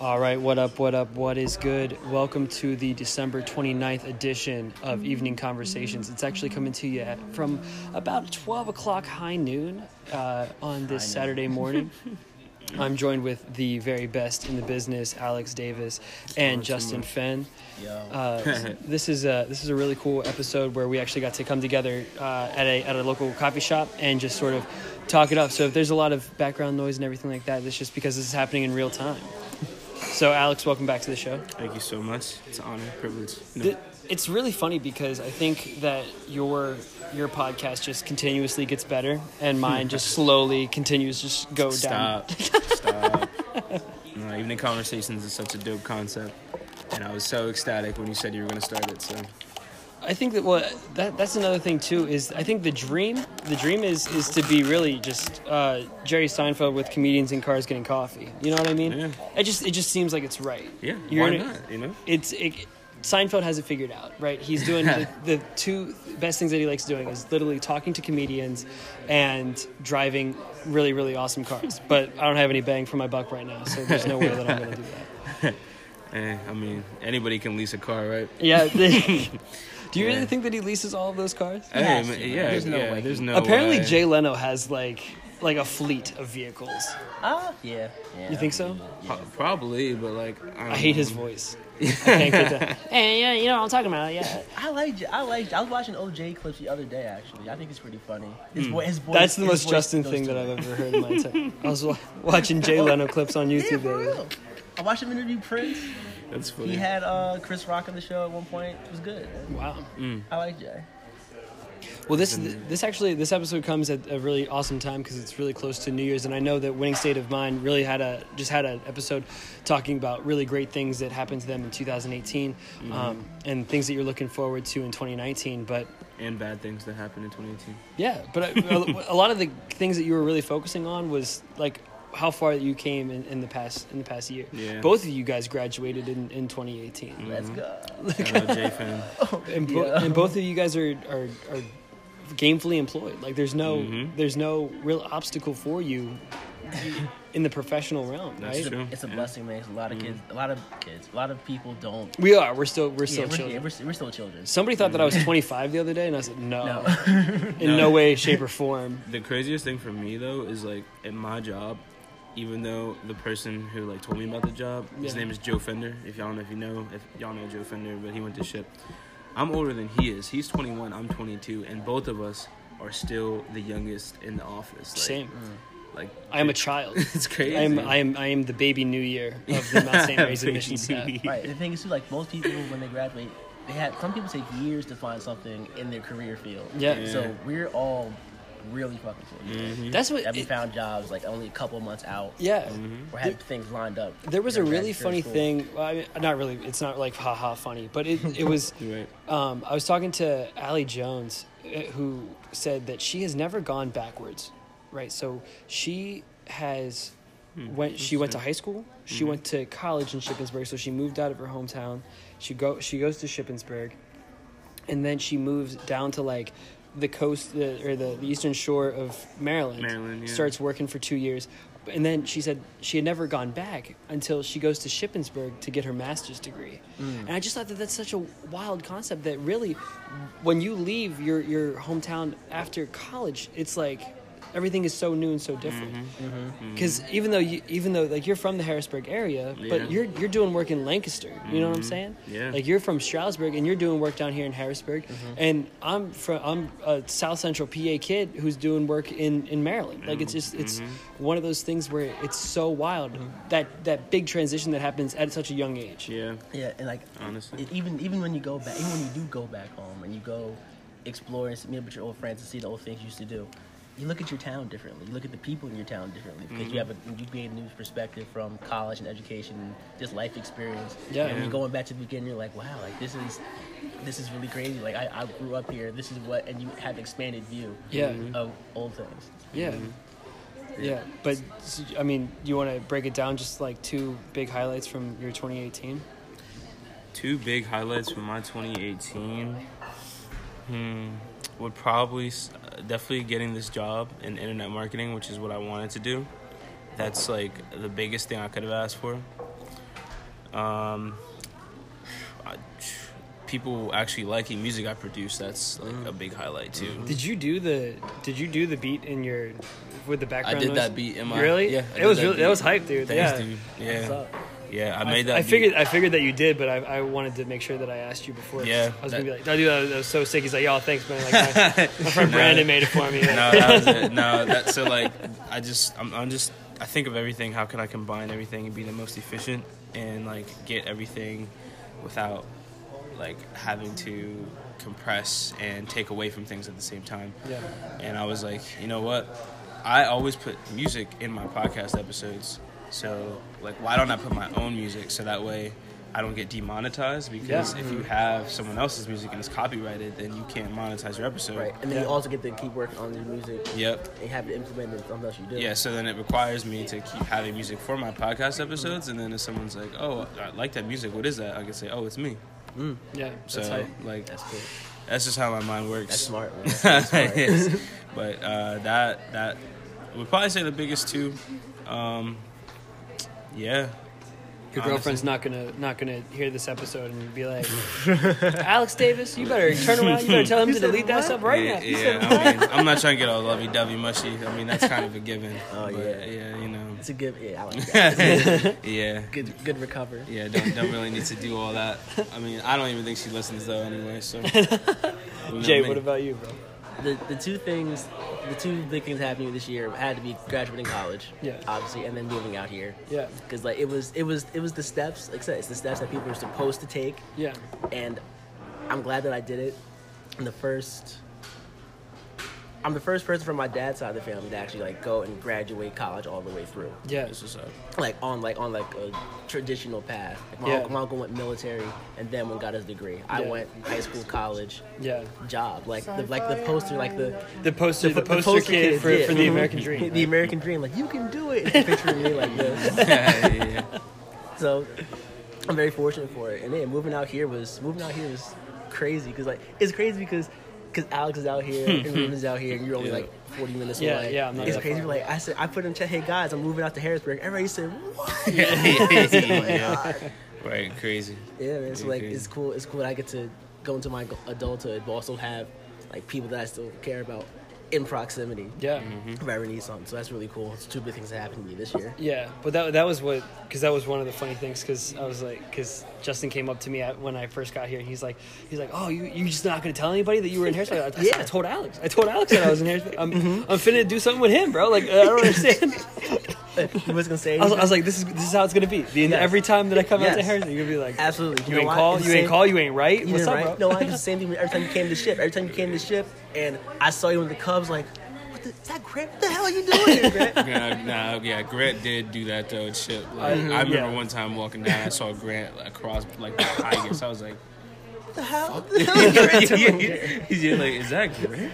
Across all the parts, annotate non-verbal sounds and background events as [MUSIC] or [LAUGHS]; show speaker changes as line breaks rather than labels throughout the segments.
All right, what up, what up, what is good? Welcome to the December 29th edition of Evening Conversations. It's actually coming to you at, from about 12 o'clock high noon uh, on this
High noon.
Saturday
[LAUGHS]
morning. I'm joined with the very best in the business, Alex Davis and Justin Fenn.
Yo. [LAUGHS]
Uh, this is a this is a really cool episode where we actually got to come together uh, at a at a local coffee shop and just sort of talk it up. So if there's a lot of background noise and everything like that, that's just because this is happening in real time. So Alex, welcome back to the show.
Thank you so much. It's an honor, privilege. No.
Th- It's really funny because I think that your your podcast just continuously gets better, and mine [LAUGHS] just slowly continues just go down.
Stop. Stop. [LAUGHS] No, Evening Conversations is such a dope concept. And I was so ecstatic when you said you were going to start it. So,
I think that well, that that's another thing too is I think the dream the dream is is to be really just uh, Jerry Seinfeld with comedians in cars getting coffee. You know what I mean?
Yeah.
It just it just seems like it's right.
yeah,
You're
why
in a-
not? You know?
It's it, Seinfeld has it figured out, right? He's doing the, the two best things that he likes doing is literally talking to comedians and driving really really awesome cars. But I don't have any bang for my buck right now, so there's no way that I'm going to do that.
Eh, I mean, anybody can lease a car, right?
[LAUGHS] Yeah. they- do you really
Yeah.
think that he leases all of those cars?
Hey,
has
man,
to, man.
yeah,
There's no
yeah,
way.
There's no
Apparently,
way.
Jay Leno has like like a fleet of vehicles.
Ah, yeah. yeah.
You think so?
Pro- Probably, but like. I, don't
I hate his
know.
voice. I can't get that. Hey, yeah, you know what I'm talking about. Yeah,
I like. J- I like. I was watching OJ clips the other day. Actually, I think it's pretty funny. His, voice. his voice.
Hmm. that's the
his
most
voice
Justin
goes
thing
to
that I've
it.
ever heard in my entire. I was wa- watching Jay Leno clips on
Yeah,
YouTube. the
for
other day.
real. I watched him interview Prince.
That's funny.
He had uh, Chris Rock on the show at one point. It was good.
Wow.
I like Jay.
Well, this this actually this episode comes at a really awesome time because it's really close to New Year's, and I know that Winning State of Mind really had a just had an episode talking about really great things that happened to them in 2018, um, and things that you're looking forward to in 2019. But
and bad things that happened in 2018.
Yeah, but I- a, [LAUGHS] a lot of the things that you were really focusing on was like how far you came in, in the past in the past year.
Yeah.
Both of you guys graduated in, in 2018,
Let's go.
Mm-hmm. Shout out Jay fan.
and, bo-
Yeah.
and both of you guys are, are are gamefully employed. Like there's no
Mm-hmm.
there's no real obstacle for you in the professional realm,
That's
right?
true.
It's a
Yeah.
blessing, man. 'cause A lot of kids. A lot of kids. A lot of people don't.
We are. Mm-hmm. We're still we're
Yeah,
still
we're,
children.
yeah, we're, we're still children.
Somebody thought that I was
Mm-hmm.
25 the other day, and I said no,
No.
[LAUGHS]
[LAUGHS]
in no way, shape, or form.
The craziest thing for me though is like at my job, even though the person who like told me about the job, his
Yeah.
name is Joe Fender. If y'all know, if you know, if y'all know Joe Fender, but he went to ship. I'm older than he is. He's 21. I'm 22, and both of us are still the youngest in the office. Like, mm,
Same.
Like
I am a child.
[LAUGHS] it's crazy.
I'm
[LAUGHS]
I am I am the baby new year of the Mount St. Mary's admission staff.
[LAUGHS]
Right. The thing is, too, like most people, when they graduate, they had some people take years to find something in their career field.
Yeah.
So we're all really fucking fortunate
Mm-hmm.
That's what.
that we
it-
found jobs like only a couple months out.
yeah.
Mm-hmm.
Or had things lined up.
There was a
during
really
grad-
funny
during school.
thing. Well, I mean, not really. It's not like haha funny, but it it was.
You're right.
Um, I was talking to Allie Jones, uh, who said that she has never gone backwards, right? So she has
Hmm.
went. She went to high school.
Mm-hmm.
She went to college in Shippensburg. So she moved out of her hometown. She go. She goes to Shippensburg, and then she moves down to like the coast the, or the, the eastern shore of Maryland.
Maryland, yeah.
Starts working for two years. And then she said she had never gone back until she goes to Shippensburg to get her master's degree.
Mm.
And I just thought that that's such a wild concept that really, when you leave your, your hometown after college, it's like everything is so new and so different.
Mm-hmm.
Because even though you, even though like you're from the Harrisburg area,
Yeah. Mm-hmm.
but you're you're doing work in Lancaster. You know what I'm saying?
Yeah.
Like you're from Stroudsburg and you're doing work down here in Harrisburg, and I'm from I'm a South Central PA kid who's doing work in in Maryland. Like it's just it's one of those things where it's so wild that that big transition that happens at such a young age.
Yeah.
Yeah, and like
Honestly.
it- even even when you go back, even when you do go back home and you go explore and meet up with your old friends and see the old things you used to do, you look at your town differently. You look at the people in your town differently because you have a
Mm-hmm.
you gain a new perspective from college and education, and just life experience.
Yeah.
and when you're going back to the beginning, you're like, wow, like this is this is really crazy. Like I, I grew up here. This is what, and you have an expanded view.
Yeah.
of old things.
Yeah. Yeah, but s- I mean, you want to break it down just like two big highlights from your 2018?
Two big highlights from my 2018 hmm, would probably s- definitely getting this job in internet marketing, which is what I wanted to do. That's like the biggest thing I could have asked for. Um, I, people actually liking music I produce. That's like a big highlight too.
Mm. Did you do the Did you do the beat in your with the
I
background?
did
noise?
that beat in my
really?
Yeah, I
it
did
was really
beat.
that was hype, dude.
Thanks,
yeah.
dude.
What's
Yeah,
up?
yeah. I made that.
I
beat.
figured I figured that you did, but I, I wanted to make sure that I asked you before.
Yeah,
I was
that-
gonna be like, "No, dude, that was, that was so sick." He's like, "Yo, thanks, man." Like, my,
[LAUGHS]
my friend
No.
Brandon made it for me. Like, [LAUGHS]
[LAUGHS] no, that was it. No, that so like I just I'm, I'm just I think of everything. How can I combine everything and be the most efficient and like get everything without like having to compress and take away from things at the same time.
Yeah.
And I was like, you know what? I always put music in my podcast episodes. So like, why don't I put my own music so that way. I don't get demonetized because
Yeah.
if you have someone else's music and it's copyrighted, then you can't monetize your episode.
Right, and then
Yeah.
you also get to keep working on your music.
Yep.
And have it implemented in something else you do.
Yeah, so then it requires me to keep having music for my podcast episodes, and then if someone's like, "Oh, I like that music. What is that?" I can say, "Oh, it's me."
yeah,
So
that's hype.
like,
That's cool.
that's just how my mind works.
[LAUGHS]
[LAUGHS]
That's smart. Man. That's smart.
Yes. But uh, that that I would probably say the biggest two. Um, yeah,
Your girlfriend's not gonna not gonna hear this episode and be like, [LAUGHS] "Alex Davis, you
[LAUGHS]
better turn around. You better tell him to delete that stuff right
yeah,
now."
yeah,
[LAUGHS]
I mean, I'm not trying to get all lovey-dovey mushy. I mean, that's kind of a given.
Oh,
But,
yeah.
yeah, you
[LAUGHS]
know, [LAUGHS]
It's a good. Yeah, I like that.
yeah.
good, good recover.
Yeah, don't don't really need to do all that. I mean, I don't even think she listens though, anyway.
[LAUGHS]
So,
Jay, what about you, bro?
The the two things, the two big things happening this year had to be graduating college.
Yeah.
Obviously, and then moving out here.
Yeah,
Because like it was, it was, it was the steps. Like I said, it's the steps that people are supposed to take,
yeah,
and I'm glad that I did it. I'm the first. I'm the first person from my dad's side of the family to actually like go and graduate college all the way through.
yeah.
This is a
like on like on like a traditional path. Like, my,
Yeah.
uncle, my uncle went military and then went got his degree. I
Yeah.
went high school, college,
Yeah,
job. Like the like the poster, like the
the poster, the,
the
poster, kid, for,
yeah. Mm-hmm.
for the American dream.
the American dream. Like you can
[LAUGHS]
do it. It's a picture of me like this.
[LAUGHS] yeah,
[LAUGHS] So I'm very fortunate for it. And then moving out here was moving out here was crazy because like it's crazy because. Cause Alex is out here,
[LAUGHS]
and Ruben's out here, and you're only
Yeah.
like 40 minutes
Yeah,
away.
yeah, I'm not
it's
that
crazy.
far.
Like I said, I put in check. Hey guys, I'm moving out to Harrisburg. Everybody said, "What?"
yeah. yeah. [LAUGHS] Right, crazy.
Yeah, man. So
Yeah,
like,
okay.
it's cool. It's cool. that I get to go into my adulthood, but also have like people that I still care about in proximity. Mm-hmm.
Yeah.
If I ever need something, so that's really cool. It's two big things that happened to me
[LAUGHS]
this year.
Yeah, but that that was what because that was one of the funny things because I was like because Justin came up to me at, when I first got here and he's like he's like oh you you just not gonna tell anybody that you were in Harrisburg I, I,
Yeah. Mm-hmm.
I told Alex I told Alex that I was in Harrisburg I'm I'm finna do something with him bro like I don't understand
Who was gonna say?
I was, I was like this is this is how it's gonna be the,
Yes.
every time that I come out to
Yes.
Harrisburg you're gonna be like
Absolutely.
you,
know
ain't
why?
call
It's
you
the
ain't
same-
call you ain't right
You
what's
didn't
up
write?
bro
No, I did the same thing every time you came to ship. Every time you came to ship, and I saw you in the Cubs, like, what the, is that Grant? What the hell are you doing
[LAUGHS]
here, Grant?
Yeah, nah, yeah, Grant did do that though. It's shit. Like,
Mhm,
I remember
yeah.
one time walking down, I saw Grant like, across like the Tigers. I was like,
What the hell? What the hell is [LAUGHS] Grant doing here?
[LAUGHS] he's just like, is that Grant?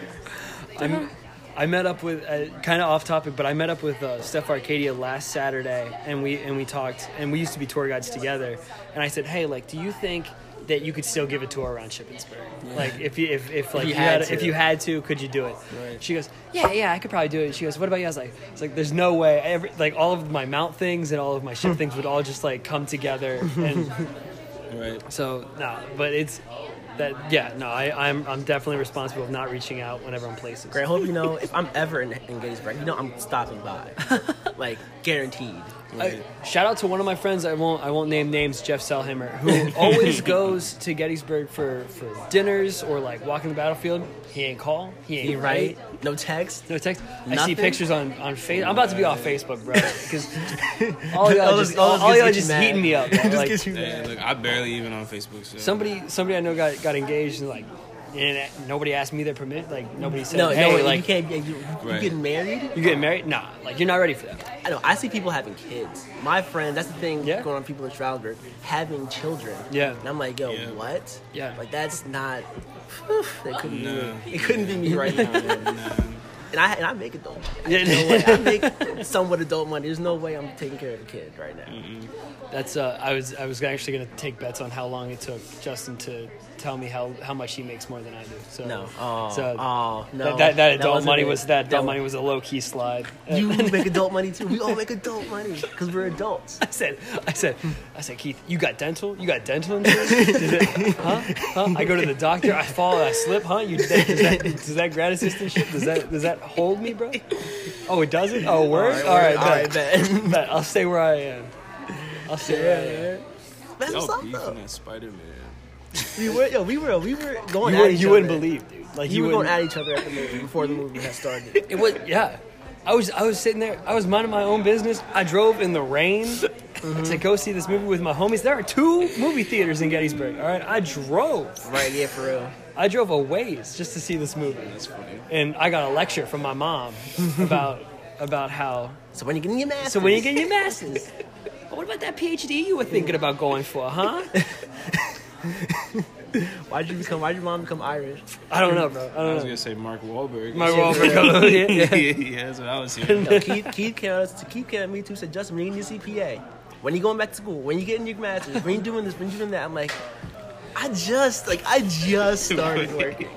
I'm, I met up with uh, kind of off topic, but I met up with uh, Steph Arcadia last Saturday, and we and we talked, and we used to be tour guides together. And I said, hey, like, do you think that you could still give a tour around Shippensburg? Like, if you if, if like
you
you
had
had,
to.
if you had to, could you do it?
Right.
She goes, yeah, yeah, I could probably do it. She goes, what about you? I was like, it's like there's no way. Every, like all of my mount things and all of my ship things would all just like come together and
Right.
so no, but it's that yeah no I I'm I'm definitely responsible of not reaching out whenever I'm places.
Grant, hope you know if I'm ever in, in Gettysburg, you know I'm
[LAUGHS]
stopping by, like guaranteed.
I, Uh, shout out to one of my friends. I won't. I won't name names. Jeff Selhammer,
[LAUGHS]
who always goes to Gettysburg for, for dinners or like walking the battlefield. He ain't call. He ain't
You right? No text.
No text. I see
Nothing?
pictures on on Facebook. I'm about to be off Facebook, bro,
[LAUGHS]
because all y'all
All
just
this- all
all, all
this gets
y'all
you
just
mad.
heating me
[LAUGHS]
[LAUGHS] up. bro. Like,
Yeah, look, I barely even on Facebook. So.
somebody somebody I know got got engaged and like. And nobody asked me their permit. Like nobody said,
No,
"Hey,
no,
like
you
you,
can't. yeah, You, you
Right.
getting married?
getting married? Nah, like you're not ready for that."
I know. I see people having kids. My friend, that's the thing
Yeah.
going on. People in Stroudsburg having children.
Yeah.
and I'm like, yo,
Yeah.
what?
Yeah.
like that's not. It couldn't
No.
be. me. It couldn't be
[LAUGHS]
me right now.
Nah.
And I and I make adult. Money.
Yeah.
[LAUGHS] No way. I make somewhat adult money. There's no way I'm taking care of a kid right now.
That's uh, I was I was actually gonna take bets on how long it took Justin to tell me how, how much he makes more than I do. So
No. Oh,
so
oh,
that,
no.
that, that
That
adult
wasn't
money
it.
was that adult
That-
money was a low key slide. [LAUGHS]
You make adult money too. We all make adult money because we're adults.
I said, I said, I said, Keith, you got dental? You got dental insurance? Is it, huh? Huh? I go to the doctor, I fall, I slip, huh? You does that, does that, does that grad assistantship? Does that does that hold me, bro? Oh, it
[LAUGHS]
doesn't. Oh, word. All right, all right, bet. [LAUGHS]
man.
Bet. I'll stay where I am. I'll stay where I am.
That's what's
Y'all
up,
beefing
though.
at Spider Man.
We were, yo, we were, we were going
You,
at
would,
each
you wouldn't
other.
believe, dude. Like
We
you
were
wouldn't.
going at each other at the movie before the movie had
[LAUGHS]
started.
It was yeah. I was I was sitting there. I was minding my own business. I drove in the rain to go see this movie with my homies. There are two movie theaters in Gettysburg. All right, I drove.
Right, yeah, for real.
I drove a ways just to see this movie,
That's funny.
and I got a lecture from my mom [LAUGHS] about about how.
So when you getting your mask?
So when you get your masters, what about that PhD you were thinking about going for, huh?
[LAUGHS]
[LAUGHS]
why'd you become? Why'd your mom become Irish?
I don't know, bro. I
I
don't
was
know.
gonna say Uh, Mark Wahlberg. [LAUGHS]
My Wahlberg. Yeah, yeah.
yeah, [LAUGHS] yeah, that's what I was
[LAUGHS]
hearing.
Yo, Keith, Keith came out to Keith came at me too. Said Justin, when you need your CPA, when you going back to school, when you getting your master's, when you doing this, when you doing that. I'm like, I just like I
[LAUGHS]
just started working.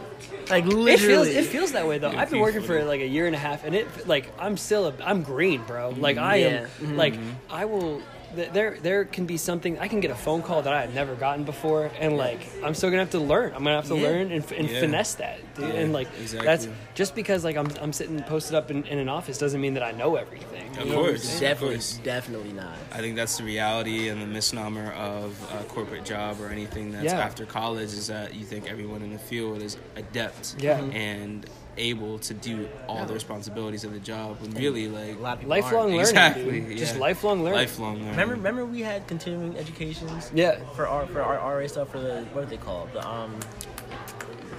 Like literally,
It feels it feels that way though. I've been
Keith
working for
Woodard.
like a year and a half, and it like I'm still a, I'm green, bro. Like I am
Yeah.
like I will. th- There there can be something I can get a phone call that I had never gotten before, and like I'm still gonna have to learn. I'm gonna have to
Yeah.
learn and, f- and
Yeah.
finesse that, dude.
Yeah,
and like that's
exactly.
just because like I'm I'm sitting posted up in, in an office doesn't mean that I know everything.
Of
You know what I'm
course.
saying?
definitely,
course.
definitely not.
I think that's the reality and the misnomer of a corporate job or anything that's
Yeah.
after college is that you think everyone in the field is adept
Yeah. Mhm.
and able to do all the responsibilities of the job when really like
A lot of people
Lifelong
aren't.
learning,
exactly
dude. Just
yeah.
lifelong learning.
lifelong learning
Remember, remember we had continuing educations.
Yeah.
For our for our RA stuff for the what are they called the um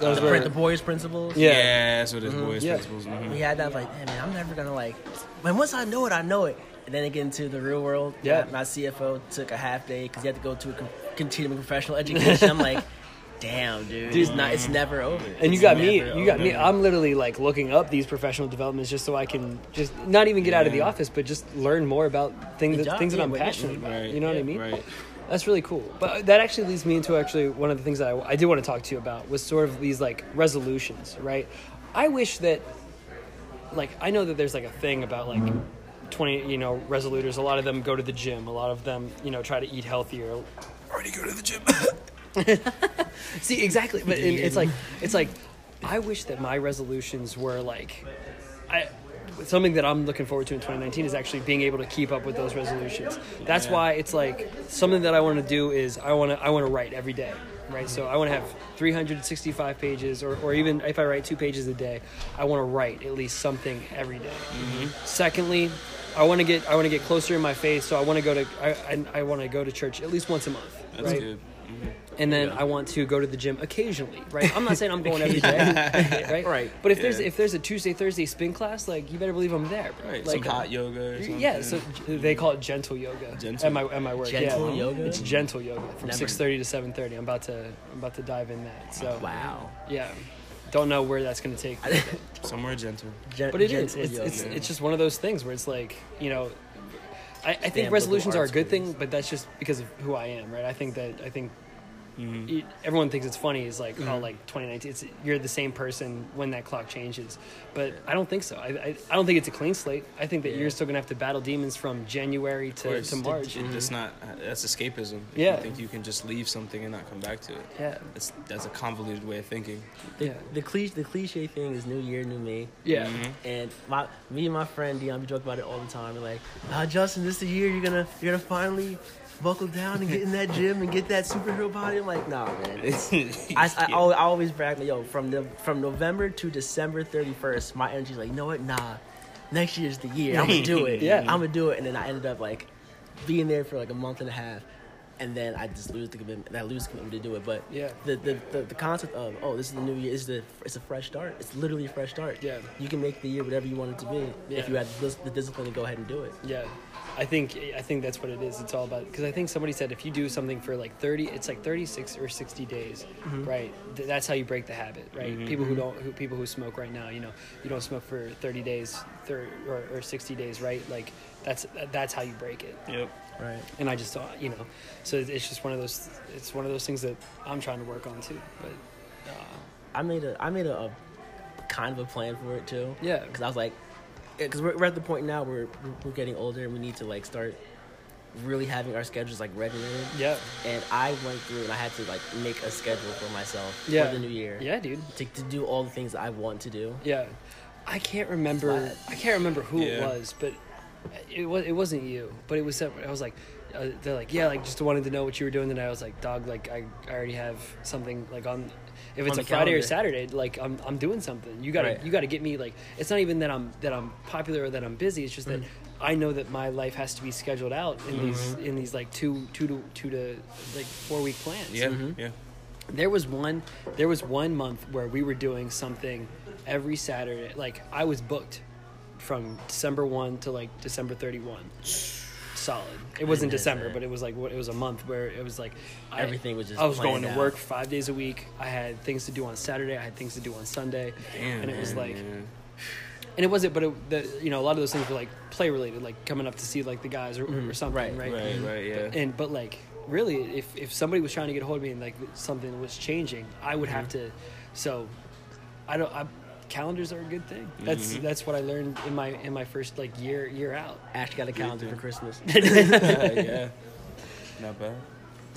Those
the,
were-
prin- the boys principles.
Yeah.
yeah. that's what his boys
Mm-hmm. Yeah.
principles mhm.
We had that like, hey, man, I'm never gonna like. Man, once I know it, I know it. And then I get into the real world.
Yeah.
My, my CFO took a half day because he had to go to a con- continuing professional education. I'm
[LAUGHS]
like, damn, dude,
Dude.
it's not. It's never over.
And you
It's
got me.
never
You got
over.
me. I'm literally like looking up these professional developments just so I can just not even get out of the
Yeah.
office, but just learn more about things
The
that,
job,
things that
yeah,
I'm
what you're
passionate
doing.
about.
Right,
You know what I
yeah,
mean?
right.
That's really cool. But that actually leads me into actually one of the things that I, I did want to talk to you about was sort of these like resolutions, right? I wish that like I know that there's like a thing about like 20 you know resoluters a lot of them go to the gym a lot of them you know try to eat healthier
already go to the gym
[LAUGHS] See, exactly. But and it's like it's like I wish that my resolutions were like I something that I'm looking forward to in 2019 is actually being able to keep up with those resolutions. That's why it's like something that I want to do is I want to I want to write every day, right? So I want to have 365 pages or or even if I write 2 pages a day, I want to write at least something every day.
Mm-hmm.
Secondly, I want to get I want to get closer in my faith, so I want to go to I I, I want to go to church at least once a month,
that's
right?
good
and then I want to go to the gym occasionally, right? I'm not saying I'm going
[LAUGHS]
every day, right?
Right.
But if there's
Yeah.
if there's a Tuesday Thursday spin class, like you better believe I'm there, bro.
right
Like,
some hot yoga or something.
Yeah, so j- they call it gentle yoga
Gentle.
at my at my work.
Gentle
yeah.
yoga?
It's gentle yoga from
Never-
six thirty to seven thirty. I'm about to I'm about to dive in that. So
Wow.
yeah, don't know where that's gonna
[LAUGHS]
take. me.
somewhere gentle
Gen-
But it is.
gentle
It's,
yoga.
it's, it's just one of those things where it's like, you know, I, I think
Damn,
resolutions
liberal
are a
arts
good thing,
degrees.
but that's just because of who I am, right? I think that, I think
Mm-hmm.
e- everyone thinks it's funny is like, oh, like 2019, it's, you're the same person when that clock changes. But I don't think so. I, I, I don't think it's a clean slate. I think that you're still going to have to battle demons from January to,
course.
to March.
It- that's not uh, that's escapism if
Yeah.
you think you can just leave something and not come back to it
Yeah.
that's that's a convoluted way
[LAUGHS]
of thinking
Yeah.
the cliche. The cliche thing is new year, new me.
Yeah.
And my, me and my friend Dion, we joke about it all the time. We're like, ah, Justin, this is the year you're gonna you're gonna finally buckle down and get in that gym and get that superhero body. I'm like, nah, man. It's, I, I, al- I always brag, like, yo, from the, from November to December 31st, my energy's like, you know what? Nah, next year's the year. I'm gonna do it.
[LAUGHS] Yeah.
I'm gonna do it. And then I ended up like being there for like a month and a half. And then I just lose the commitment. I lose the commitment to do it. But
Yeah.
the, the, the, the concept of oh, this is the new year. This is the it's a fresh start. It's literally a fresh start.
Yeah.
You can make the year whatever you want it to be
Yeah.
if you had the, the discipline to go ahead and do it.
Yeah, I think I think that's what it is. It's all about because I think somebody said if you do something for like thirty, it's like thirty six or sixty days, right? Th- that's how you break the habit, right? People who don't, who, people who smoke right now, you know, you don't smoke for thirty days, thir- or, or sixty days, right? Like that's that's how you break it.
yep
Right.
and I just thought, you know, so it's just one of those. It's one of those things that I'm trying to work on too. But
I made a I made a, a kind of a plan for it too.
Yeah.
Because I was like, because we're, we're at the point now where we're, we're getting older and we need to like start really having our schedules like regimented.
yeah,
And I went through and I had to like make a schedule for myself
Yeah.
for the new year.
yeah, dude,
To, to do all the things that I want to do.
yeah. I can't remember.
Flat.
I can't remember who it
Yeah.
was, but it was it wasn't you. But it was. some- I was like, uh, they're like, yeah, like just wanted to know what you were doing tonight. I was like, dog, like I, I already have something like on. If it's
On
a
the
Friday or
calendar.
Saturday, like I'm, I'm doing something. You gotta
Right.
you gotta get me like. It's not even that I'm that I'm popular or that I'm busy. It's just that
Mm-hmm.
I know that my life has to be scheduled out in these in these like two two to two to like four week plans
Yeah, yeah.
there was one there was one month where we were doing something every saturday like i was booked from december 1 to like december 31 solid it wasn't
Goodness,
december
man.
but it was like what- it was a month where it was like I-
Everything was just
i was
planned
going to
out.
work five days a week i had things to do on saturday i had things to do on sunday
Damn,
and it was
man,
like
yeah.
and it wasn't but it the, you know a lot of those things were like play related like coming up to see like the guys or, or something
Mm-hmm. Right,
right, right, yeah.
but, and but like really, if if somebody was trying to get a hold of me and like something was changing, I would have to. So, I don't. I, calendars are a good thing. That's that's what I learned in my in my first like year year out.
Ash got a calendar
[LAUGHS]
for Christmas.
[LAUGHS] yeah, yeah. Not bad.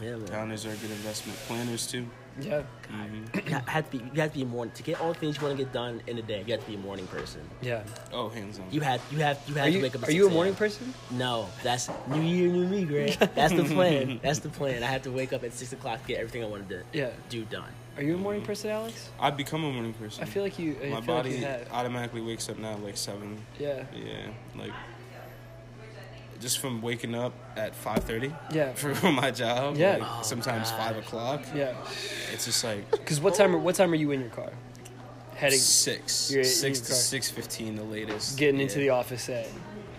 yeah, man.
Planners are a good investment. Planners too.
Yeah,
Mhm.
You have to be you have to be a morning to get all the things you want to get done in a day. You have to be a morning person.
yeah.
Oh, hands on.
You have you have you have
Are
to
you
wake up. at
are you a
6
morning
a.m..
person?
No, that's new year, new me, Grant. That's the
[LAUGHS]
plan. That's the plan. I have to wake up at six o'clock to get everything I wanted to
Yeah.
do done.
Are you a morning person, Alex?
I've become a morning person.
I feel like you. I
my
feel
body
Like you have.
automatically wakes up now at, like seven.
Yeah.
Yeah, like just from waking up at five thirty
Yeah.
for [LAUGHS] my job.
Yeah.
like,
Oh,
sometimes
gosh.
five o'clock.
Yeah.
It's just like
Because what time are what time are you in your car? Heading.
6
You're in
six
your
to
car.
six fifteen, the latest.
Getting into the
Yeah.
office at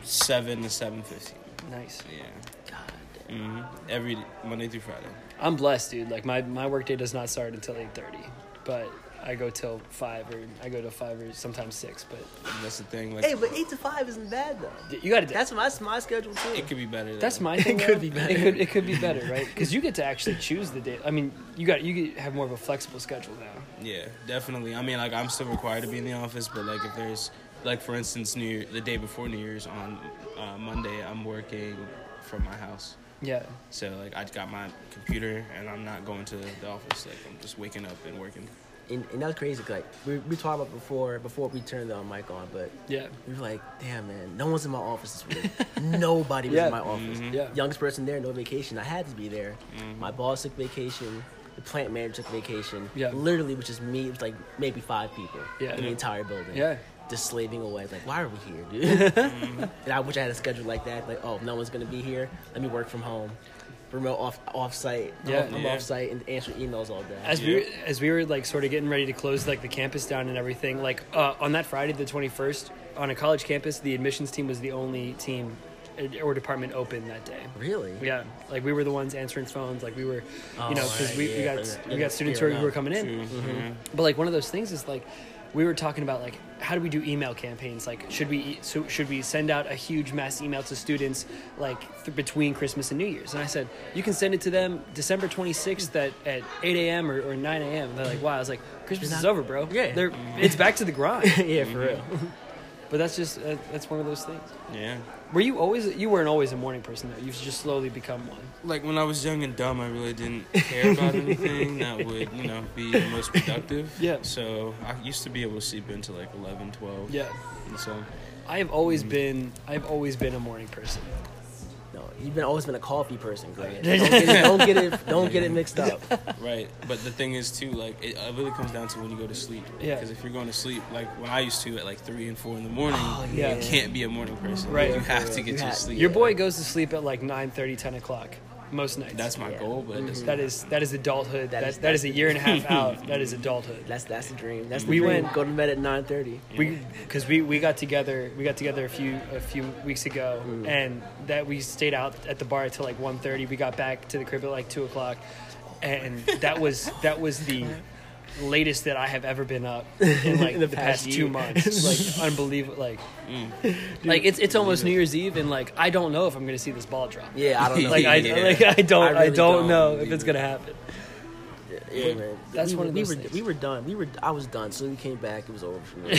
seven to seven fifteen.
nice.
Yeah,
God damn.
hmm every Monday through Friday.
I'm blessed, dude. Like my my workday does not start until eight thirty, but I go till five or I go to five or sometimes six. But
And that's the thing. Like
Hey, but eight to five isn't bad though.
you got to. That's
That's my my schedule too.
it could be better.
that's
though.
my thing.
could
though.
be better.
It could it could be better, right? Because you get to actually choose the day. I mean, you got you get, have more of a flexible schedule now.
Yeah, definitely. I mean, like I'm still required to be in the office, but like if there's like for instance, New Year, the day before New Year's on uh, Monday, I'm working from my house.
Yeah,
So like I got my computer and I'm not going to the office. Like I'm just waking up and working.
And, and that was crazy. 'cause, Like we we talked about before before we turned the uh, mic on, but
yeah,
we were like, damn man, no one's in my office this [LAUGHS] week. Nobody was
Yeah.
in my office.
yeah,
Youngest person there, no vacation. I had to be there. My boss took vacation. The plant manager took vacation.
Yeah.
Literally, it was just me. It was like maybe five people
Yeah.
in the
Yeah.
entire building.
Yeah.
Just slaving away. Like, why are we here, dude?
Mm-hmm.
[LAUGHS] and I wish I had a schedule like that. Like, oh, no one's going to be here. Let me work from home. Remote off off site.
Yeah.
I'm,
Yeah.
off site and answer emails all day.
As we were, as we were like sort of getting ready to close like the campus down and everything, like uh, on that Friday the twenty first on a college campus, the admissions team was the only team uh, or department open that day.
really?
Yeah, like we were the ones answering phones. Like we were,
Oh,
you know, because
right,
we, we
yeah,
got
and-
we
and
got students who
clearing
were, who were coming
up.
in. Mm-hmm.
Mm-hmm.
Mhm.
But like one of those things is like we were talking about like how do we do email campaigns? Like should we e- so should we send out a huge mass email to students like th- between Christmas and New Year's? And I said you can send it to them December twenty sixth at at eight a.m. Or, or nine a.m. And they're like, wow, I was like Christmas
They're
is
not-
over, bro.
Yeah. Mm-hmm.
They're, it's back to the grind.
[LAUGHS] yeah, for real.
but that's just uh, that's one of those things.
Yeah.
Were you always you weren't always a morning person though? You've just slowly become one.
Like when I was young and dumb, I really didn't care
[LAUGHS]
about anything that would you know be the most productive.
Yeah.
So I used to be able to sleep into like 11, 12.
Yeah.
And so
I have always
Mm.
been I've always been a morning person.
No, you've been always been a coffee
[LAUGHS]
person, Grant. Don't get it. Don't get it, don't get it mixed up.
Right, but the thing is too, like it uh, really comes down to when you go to sleep.
Yeah.
Because if you're going to sleep, like when I used to at like three and four in the morning,
Oh, yeah.
you can't be a morning person.
Right.
You have to
You
get your
have-
sleep.
Your boy goes to sleep at like 9 10 o'clock most nights.
That's my
Yeah.
goal, but it doesn't
that is that is adulthood. That,
That
that,
is-
is, a year and a half out. That is adulthood.
That's that's the dream. That's the
We
dream.
went-
go to bed at nine thirty.
We because we, we got together we got together a few a few weeks ago
Mm.
and that we stayed out at the bar till like 1 We got back to the crib at like two o'clock, and that was that was the latest that I have ever been
[LAUGHS]
up in like the, past, two
year. [LAUGHS]
months. like unbelievable. Like, Mm. like it's it's almost New Year's Eve, and like I don't know if I'm gonna see this ball drop.
Yeah, I don't know.
[LAUGHS] Like I
Yeah.
like I don't I,
I really
don't,
don't
know if
either.
it's gonna happen.
Yeah, man.
That's
we,
one of
we
those
were
things.
we were done. We were I was done. So we came back. It was over
[LAUGHS]
for me.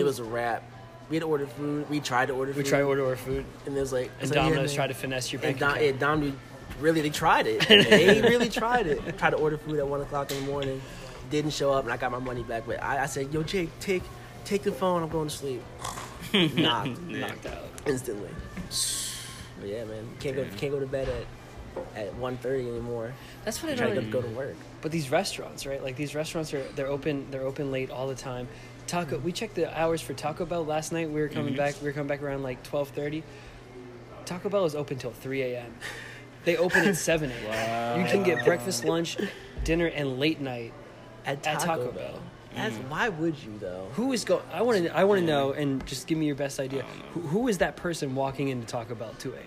it was a wrap. We had ordered food. We tried to order food.
We try to order our food,
and there's like
and
it's like, yeah,
Domino's
man.
try to finesse your
and
bank
Dom,
account.
yeah, Dom dude, really they tried it.
[LAUGHS]
they really tried it. Tried to order food at one o'clock in the morning. Didn't show up, and I got my money back. But I, I said, "Yo, Jake, take take the phone. I'm going to
[LAUGHS]
sleep." knocked, knocked out instantly. But yeah, man, can't go can't go to bed at at 1.30 anymore.
That's what I
Trying
don't.
to go to work.
But these restaurants, right? Like these restaurants are they're open they're open late all the time. Taco we checked the hours for Taco Bell last night. We were coming back we were coming back around like twelve thirty. Taco Bell is open till three AM. They open at seven AM. You can get breakfast, lunch, dinner, and late night.
At
At
Taco,
Taco
Bell.
Bell. Mm.
That's, why would you though?
Who is go I wanna I wanna know and just give me your best idea. Who, who is that person walking into Taco Bell at two AM?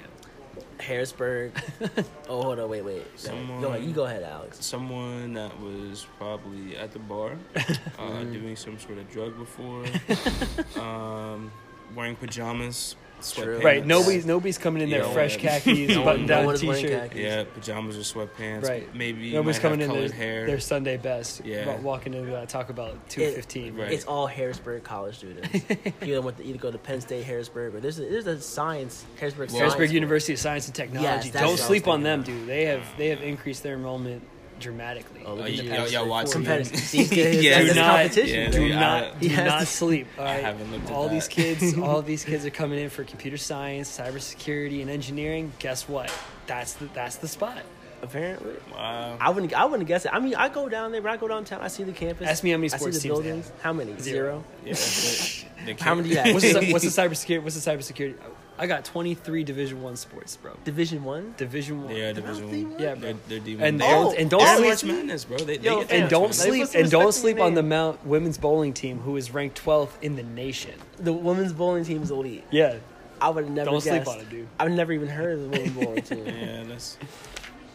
[LAUGHS]
Harrisburg. oh, hold on, wait, wait. No,
Someone-
Go ahead, you go ahead, Alex.
Someone that was probably at the
[LAUGHS]
bar, uh,
Mm-hmm.
doing some sort of drug before, um, wearing pajamas,
True.
sweatpants.
Right.
Yes.
nobody's nobody's coming in there
Yeah.
fresh khakis,
No
button
one- no
down
one is
t
wearing
shirt.
khakis.
Yeah, pajamas or sweatpants.
Right.
Maybe
Nobody's
might have
coming in
colored
their,
hair.
their Sunday best.
Yeah.
wa- Walking into that Taco Bell at two fifteen.
right.
It's all Harrisburg college
[LAUGHS]
students. you don't want to either go to Penn State, Harrisburg, or there's a, there's a science Harrisburg.
Well,
science
Harrisburg
school.
University of Science and Technology.
that's what I
Don't
was
sleep on
thinking
them, dude. They have they have increased their enrollment dramatically.
Oh, look
Oh,
at the
y-
past
y'all- y'all
three,
watch
four
them.
competitive-
[LAUGHS]
See,
[LAUGHS]
it's-
Yeah,
it's
do
a
not-
competition.
yeah,
do
dude,
not
I-
do
He has
not
to-
sleep. All right.
haven't looked at
all these
that. [LAUGHS]
kids, all these kids are coming in for computer science, cybersecurity, and engineering. Guess what? That's the that's the spot.
Apparently,
Wow.
I wouldn't. I wouldn't guess it. I mean, I go down there, but I go downtown. I see the campus.
Ask me how many
I see
sports
the
teams they
buildings. How many?
Zero.
Zero.
Yeah, that's it. They
How
can't-
many do you have?
What's the,
[LAUGHS]
what's the cybersecurity? What's the cybersecurity? I got twenty three Division One sports, bro.
Division one.
Division One.
Yeah, Division One.
D1?
Yeah,
they're,
bro.
they're D1.
And
oh,
don't and don't
March
sleep.
Madness, bro. They, they
Yo,
get the
and
March
don't
Madness.
sleep
Let's
and don't
respect the
sleep on
name.
the Mount women's bowling team who is ranked 12th in the nation.
The women's bowling team is elite.
Yeah,
I would have never.
Don't sleep
guessed.
on it, dude.
I've never even heard of the women's bowling
[LAUGHS]
team.
Yeah, that's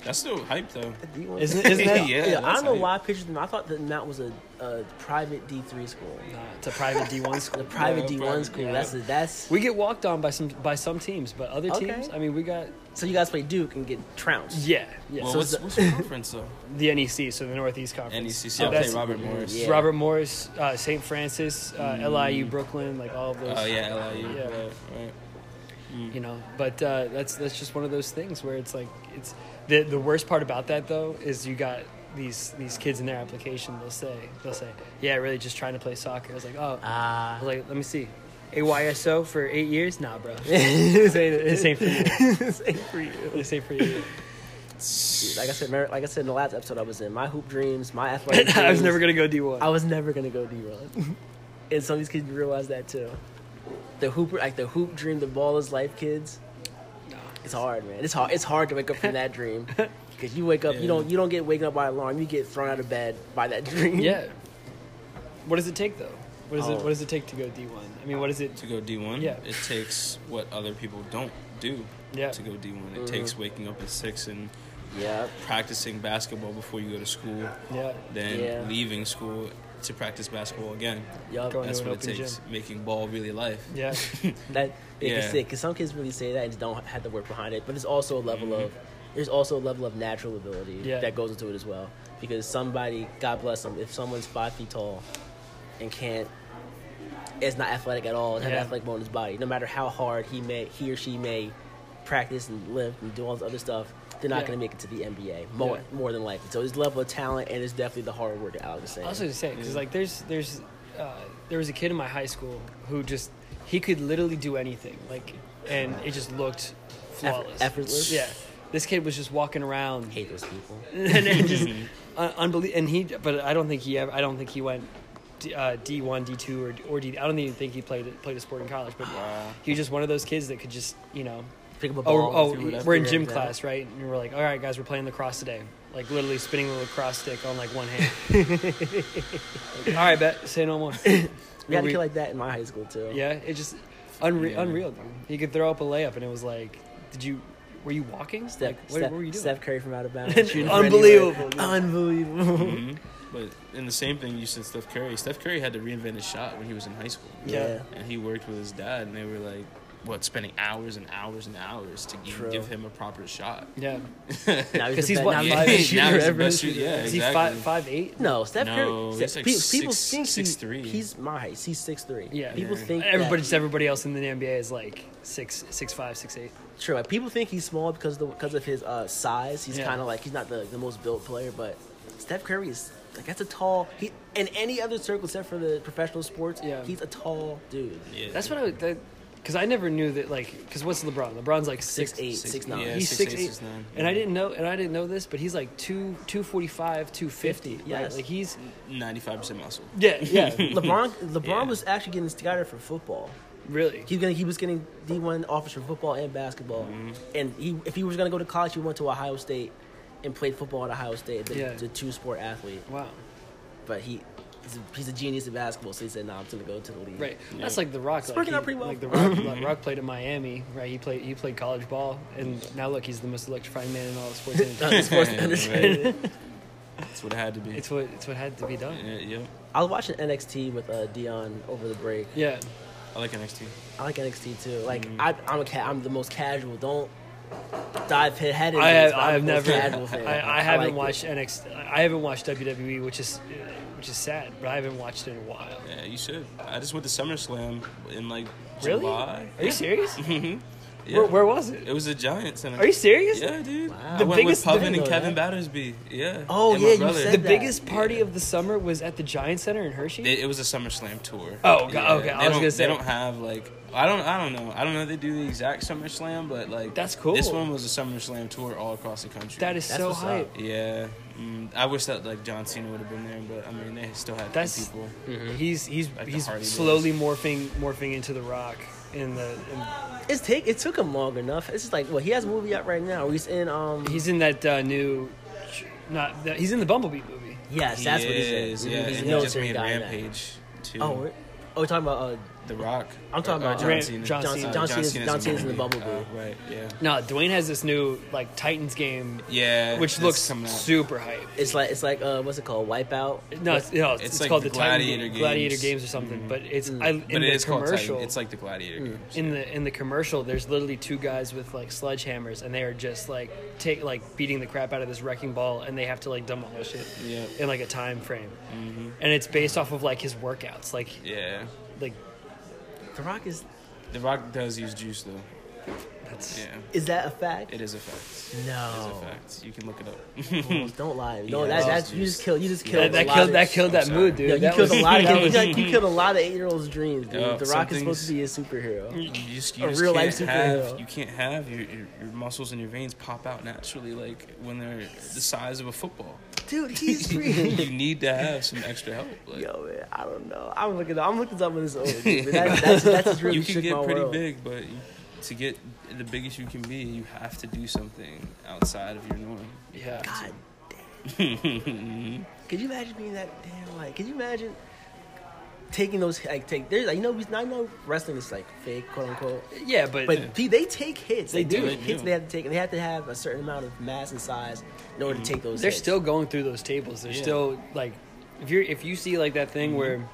that's still hype though.
D1.
isn't isn't that?
Yeah.
[LAUGHS] Yeah, I
that's
don't know
hype.
why I pictured them. I thought that Mount was a, a private D three school,
Nah, Uh, it's a private
[LAUGHS]
D1
a
school.
private
Yeah,
D one
private,
school.
yeah.
That's a, that's.
We get walked on by some by some teams, but other
Okay.
teams. I mean, we got
So you guys play Duke and get trounced.
yeah, yeah.
Well,
so
what's,
it's
what's your
[LAUGHS]
conference though?
the NEC, so the Northeast
NEC.
Conference.
So
Oh,
I play
that's-
Robert Morris.
Yeah.
Robert Morris, uh, St. Francis, uh, LIU, Brooklyn, like all of those.
Oh yeah, LIU.
Yeah.
Right, right.
you know but uh, that's that's just one of those things where it's like it's the the worst part about that though is you got these these kids in their application they'll say they'll say yeah really just trying to play soccer i was like oh
Ah.
I was like let me see AYSO for eight years? Nah, [LAUGHS] bro.
[LAUGHS]
this, ain't, this ain't for you.
This ain't for you.
This ain't for you.
Like I said, remember- like I said in the last episode I was in, my hoop dreams,
[LAUGHS]
my
[LAUGHS]
athletic.
I was
dreams,
never gonna go D one.
I was never gonna go
[LAUGHS]
D one, and some of these kids realize that too. The hooper, like the hoop dream, the ball is life, kids. It's hard, man. It's hard. It's hard to wake up from that
[LAUGHS]
dream because you wake up, you
Yeah.
don't, you don't get waken up by alarm. You get thrown out of bed by that [LAUGHS] dream.
Yeah. What does it take though? What does it
Oh.
What does it take to go D one? I mean, what is it?
To go D one,
Yeah.
it takes what other people don't do
Yeah. Mm-hmm.
to go D one. It takes waking up at six and
Yeah.
practicing basketball before you go to school,
Yeah.
then
Yeah.
leaving school to practice basketball again.
Yup.
Going
That's
to an
what it
open
takes.
gym.
Making ball really life.
[LAUGHS] Yeah.
That it
Yeah.
yeah. sick because some kids really say that and just don't have the work behind it. But there's also a level of there's also a level of natural ability
Mm-hmm. Yeah.
that goes into it as well. Because somebody, God bless them, if someone's five feet tall and can't, is not athletic at all, doesn't
Yeah.
have athletic bone in his body, no matter how hard he may he or she may practice and lift and do all this other stuff, they're not
Yeah.
going to make it to the NBA more
Yeah.
more than likely. So there's level of talent and it's definitely the hard work. that Alex is
I was going
saying.
to say because like there's there's uh, there was a kid in my high school who just he could literally do anything like and it just looked flawless,
effortless?
Yeah, this kid was just walking around
Hate those people.
[LAUGHS] and it
[LAUGHS]
just uh, unbelievable. And he, but I don't think he ever. I don't think he went D one, D two, or or D. I don't even think he played played a sport in college. But he was just one of those kids that could just you know.
Pick up a ball.
Oh, oh
do whatever.
we're in gym
Yeah.
class, right? And we're like, all right, guys, we're playing lacrosse today. Like literally spinning the lacrosse stick on like one
[LAUGHS]
hand. all right, bet. Say no more.
We had a
We-
kid like that in my high school too.
Yeah, it just unre-
Yeah.
unreal. Dude. He could throw up a layup, and it was like, did you? Were you walking?
Steph,
like, what, [LAUGHS]
Steph,
what were you doing?
Steph Curry from out of bounds. shooting from
Unbelievable. [LAUGHS]
anywhere.
dude.
Unbelievable.
Mm-hmm. But in the same thing, you said Steph Curry. Steph Curry had to reinvent his shot when he was in high school.
Yeah.
And he worked with his dad, and they were like, what, spending hours and hours and hours to give,
True.
give him a proper shot.
Yeah,
Now
'Cause
the
he's
be-
what,
now
Yeah,
five-
the
eight [LAUGHS]
best
now
shooter
he's the
ever.
best shooter- Yeah,
is he five
exactly.
five eight?
No, Steph Curry.
No,
Steph-
he's like
pe-
six-
people think he-
6'3".
he's my height. He's six three.
Yeah.
people
Yeah.
think
Everybody,
that-
just everybody else in the NBA is like six, six five, six eight.
Sure, like people think he's small because of the, because of his uh, size. He's
Yeah.
kind of like he's not the, the most built player, but Steph Curry is like that's a tall. He in any other circle except for the professional sports,
Yeah.
he's a tall
[LAUGHS]
dude.
Yeah.
That's what I that because I never knew that like because what's LeBron? LeBron's like six,
Six eight, six nine.
yeah,
he's
six
six,
eight,
eight,
six nine.
and I didn't know and I didn't know this, but he's like two two forty five, two fifty.
Fifty,
right?
yes.
like he's
95%
[LAUGHS]
muscle.
yeah
[LAUGHS]
yeah
LeBron LeBron
Yeah.
was actually getting scouted for football.
really
He was gonna, he was getting D one offers for football and basketball,
Mm-hmm.
and he if he was gonna go to college, he went to Ohio State and played football at Ohio State. The,
Yeah.
the two sport athlete,
wow
but he he's a, he's a genius in basketball, so he said, "Nah, I'm gonna go to the league."
right. That's like the Rock. like,
working
he-
out pretty well.
Like the
[LAUGHS]
Rock, like Rock played in Miami, right? He played he played college ball, and now look, he's the most electrifying man in all of
[LAUGHS]
sports. entertainment.
It's worth
Right.
understanding.
[LAUGHS] That's what it had to be.
it's what it's what had to be done.
yeah, yeah.
I was watching NXT with uh, Dion over the break.
Yeah,
I like NXT.
I like NXT too. Like
Mm-hmm.
I, I'm a ca- I'm the most casual. Don't dive head head into
I
this,
have,
but I'm
I have
the most
never
casual
[LAUGHS]
fan.
I, I
like
haven't
it.
watched NXT. I haven't watched WWE, which is which is sad, but I haven't watched it in a while.
Yeah, you should. I just went to SummerSlam in like
Really?
July.
Are you
[LAUGHS]
serious?
Yeah.
Where, where was it?
It was a Giant Center.
Are you serious?
Yeah, dude.
Wow.
The
The
I went
biggest-
with
I
Pubin
didn't
and
know
Kevin
that.
Battersby. Yeah.
Oh,
and
yeah,
my
you
brother.
said
The
that.
biggest party of the summer was at the Giant Center in Hershey.
It, it was a SummerSlam tour.
Oh, go- okay, I
They
was
don't-
gonna say.
they don't have like I don't I don't know I don't know if they do the exact SummerSlam, but like
That's cool.
This one was a SummerSlam tour all across the country.
that is
That's
so
what's
hype.
up.
Yeah, mm, I wish that like John Cena would have been there, but I mean they still had three
That's
people.
Mm-hmm.
he's he's
Like the
he's
Hardy Boys.
slowly morphing morphing into the Rock in the. In,
It's take it took him long enough. It's just like well, he has a movie out right now. He's in um.
he's in that uh, new, not that, he's in the Bumblebee movie.
yes, that's what he's in.
is, Yeah,
he's
and
a
he just
military
made
guy now.
Rampage too.
Oh, we're, oh, we're talking about uh,
The Rock.
I'm talking
Or, uh,
about,
John
Ram-
Cena.
John
John,
Cena.
Cena.
Uh,
John Cena's, John Cena's in the
Bumblebee.
Bumblebee.
Uh, right. Yeah.
No, Dwayne has this new like Titans game,
Yeah.
which
it's
looks
coming out.
super hype.
It's like it's like uh, what's it called? Wipeout.
No, it's, no, it's,
It's
it's
like
called
the
the Titan-
Gladiator games.
Gladiator Games or something. But
Mm.
it's I, in
But
the
it is called
commercial. Mm.
Titan. It's like the Gladiator games.
in the in the commercial. There's literally two guys with like sledgehammers, and they are just like take like beating the crap out of this wrecking ball, and they have to like demolish it
Yeah.
in like a time frame.
Mm-hmm.
And it's based off of like his workouts, like
Yeah.
like
The Rock is
The Rock does use juice though.
that's
Yeah.
is that a fact?
It is a fact. It is a
no.
fact. Oh. [LAUGHS] You can look it up.
Bulls, don't lie. No,
Yeah.
that,
Lost
that's you
juice.
just killed. You just
Yeah,
killed.
that, that
a lot
killed
of-
that killed that
I'm
mood, dude.
sorry.
Yo, you
that
killed
was,
a
[LAUGHS]
lot.
[LAUGHS]
Of,
that
you,
was-
killed, you killed a lot of eight year olds' dreams, dude.
Yeah,
the Rock
some
is supposed to be a
things-
superhero.
[LAUGHS] you just, you
A
just
real
can't
life
have
superhero.
you can't have your, your your muscles and your veins pop out naturally like when they're the size of a [LAUGHS] football.
Dude, he's free. [LAUGHS]
you need to have some extra help. Like,
Yo, man, I don't know. I'm looking. I'm looking up when it's over. Dude, but that, that's that's just really
you can
shook
get
my
pretty
world.
big, but you, to get the biggest you can be, you have to do something outside of your [LAUGHS] norm.
yeah.
God damn. could you imagine being that damn like? Could you imagine taking those like take? There's like you know we I know wrestling is like fake quote unquote,
yeah, but,
but they- they take hits.
They do.
do
They
hits.
do.
They have to take. and They have to have a certain amount of mass and size in order to take those.
Mm-hmm. they're
hits.
still going through those tables. They're
Yeah. Mm-hmm.
still like, if you're if you see like that thing where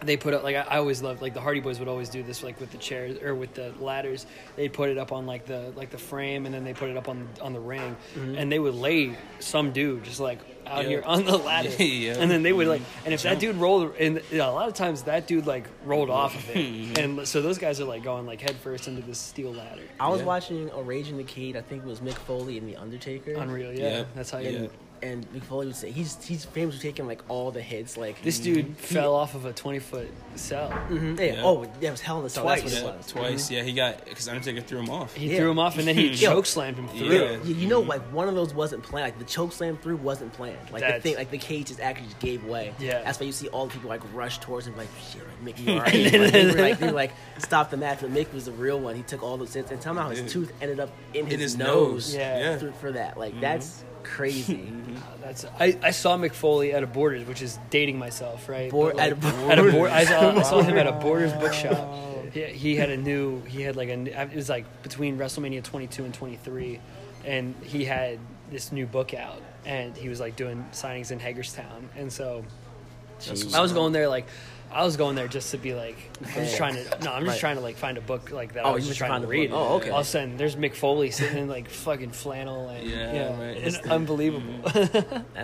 they put up like I, I always loved like the Hardy Boys would always do this like with the chairs or with the ladders. They'd put it up on like the like the frame and then they put it up on on the ring and they would lay some dude just like out
Mm-hmm. Yeah.
here on
[LAUGHS]
the ladder
Yeah.
and then they would like and if that dude rolled and you know, a lot of times that dude like rolled off of it
Mm-hmm.
and so those guys are like going like head first into this steel ladder.
I was
Yeah.
watching a Rage in the Cage. I think it was Mick Foley and the Undertaker.
Unreal, yeah.
Yeah.
That's how you.
And,
Yeah.
and Mick Foley would say he's he's famous for taking like all the hits. Like
This
Mm-hmm.
dude fell off of a twenty foot cell.
Mhm. Yeah.
Yeah.
Oh, that was Hell in a Cell. That's what
Yeah,
it was.
twice. Yeah, he got because Undertaker threw him off.
He
Yeah.
threw him off, and then he
[LAUGHS] Yo.
choke slammed him through.
Yeah.
You, you know, like one of those wasn't planned. Like the choke slam through wasn't planned. Like the
That's-
thing, like the cage just actually just gave way.
Yeah.
That's why you see all the people like rush towards him, like shit, like
[LAUGHS]
Mickey. you all right?" like, they were like they were like stop the match, but Mick was the real one. He took all those hits, and tell me how
Dude.
his tooth ended up in his,
his
nose.
nose.
Yeah. Yeah. Mm-hmm.
through- for that, like that's
[LAUGHS]
crazy.
That's I, I saw McFoley at a Borders, which is dating myself, right?
Bor-
But, like,
at a
at a Bor-
Borders.
I saw, I saw him at a Borders bookshop. He, he had a new. He had like a. new- It was like between WrestleMania 22 and 23, and he had this new book out, and he was like doing signings in Hagerstown, and so
That's what's
I was
up.
going there like. I was going there just to be like, I'm just
Hey.
trying to no, I'm
Oh.
just
Right.
trying to like find a book like that.
Oh,
I was
you just
just trying
found
to
a
read.
book. Oh, okay.
All of a sudden, there's Mick Foley sitting in like fucking flannel and
Yeah,
yeah,
right.
and unbelievable.
[LAUGHS] That's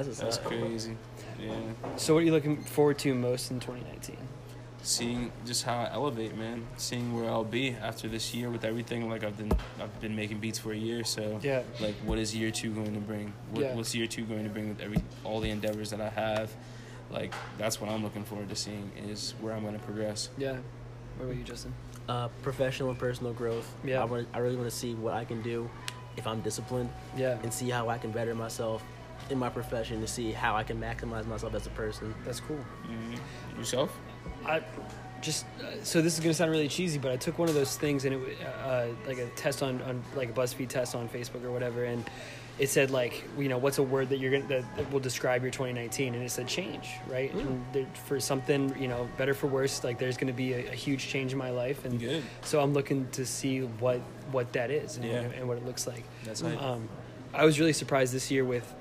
what's
Uh,
That's
up.
crazy. Yeah.
so, what are you looking forward to most in 2019?
seeing just how I elevate, man. Seeing where I'll be after this year with everything. Like I've been, I've been making beats for a year, so
Yeah.
Like, what is year two going to bring? What,
Yeah.
What's year two going to bring with every all the endeavors that I have? Like that's what I'm looking forward to seeing is where I'm going to progress.
Yeah. What about you, Justin?
Uh, professional and personal growth.
Yeah.
I, wanna, I really want to see what I can do if I'm disciplined
Yeah,
and see how I can better myself in my profession to see how I can maximize myself as a person.
that's cool.
Yourself?
I just uh, so this is gonna sound really cheesy, but I took one of those things and it wa- uh, like a test on, on like a BuzzFeed test on Facebook or whatever, and it said like you know what's a word that you're gonna that, that will describe your 2019, and it said change,
Mm.
right? And there, for something you know better for worse, like there's gonna be a, a huge change in my life, and
Good.
so I'm looking to see what what that is and,
Yeah.
and what it looks like.
That's hype.
Um, I was really surprised this year with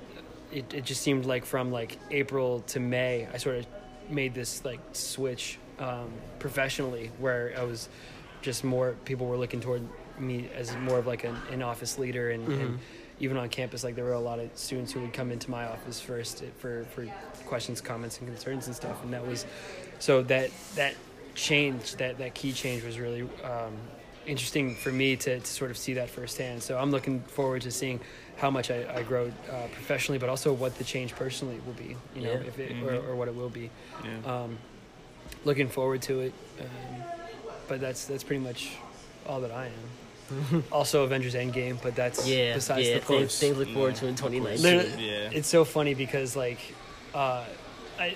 it, it just seemed like from like April to May, I sort of made this like switch um, professionally where I was just more people were looking toward me as more of like an, an office leader and, and
Mm-hmm.
even on campus like there were a lot of students who would come into my office first for, for questions comments and concerns and stuff and that was so that that change that that key change was really um, interesting for me to, to sort of see that firsthand so i'm looking forward to seeing how much i, I grow uh, professionally but also what the change personally will be you know
Yeah. Mm-hmm.
if it
Mhm.
or, or what it will be
Yeah.
Uh,
um, looking forward to it um, but that's that's pretty much all that i am
[LAUGHS]
also avengers endgame but that's
Yeah,
besides
yeah,
the point
things, things look forward
Yeah.
to in 2019.
Literally,
Yeah.
it's so funny because like, uh, I,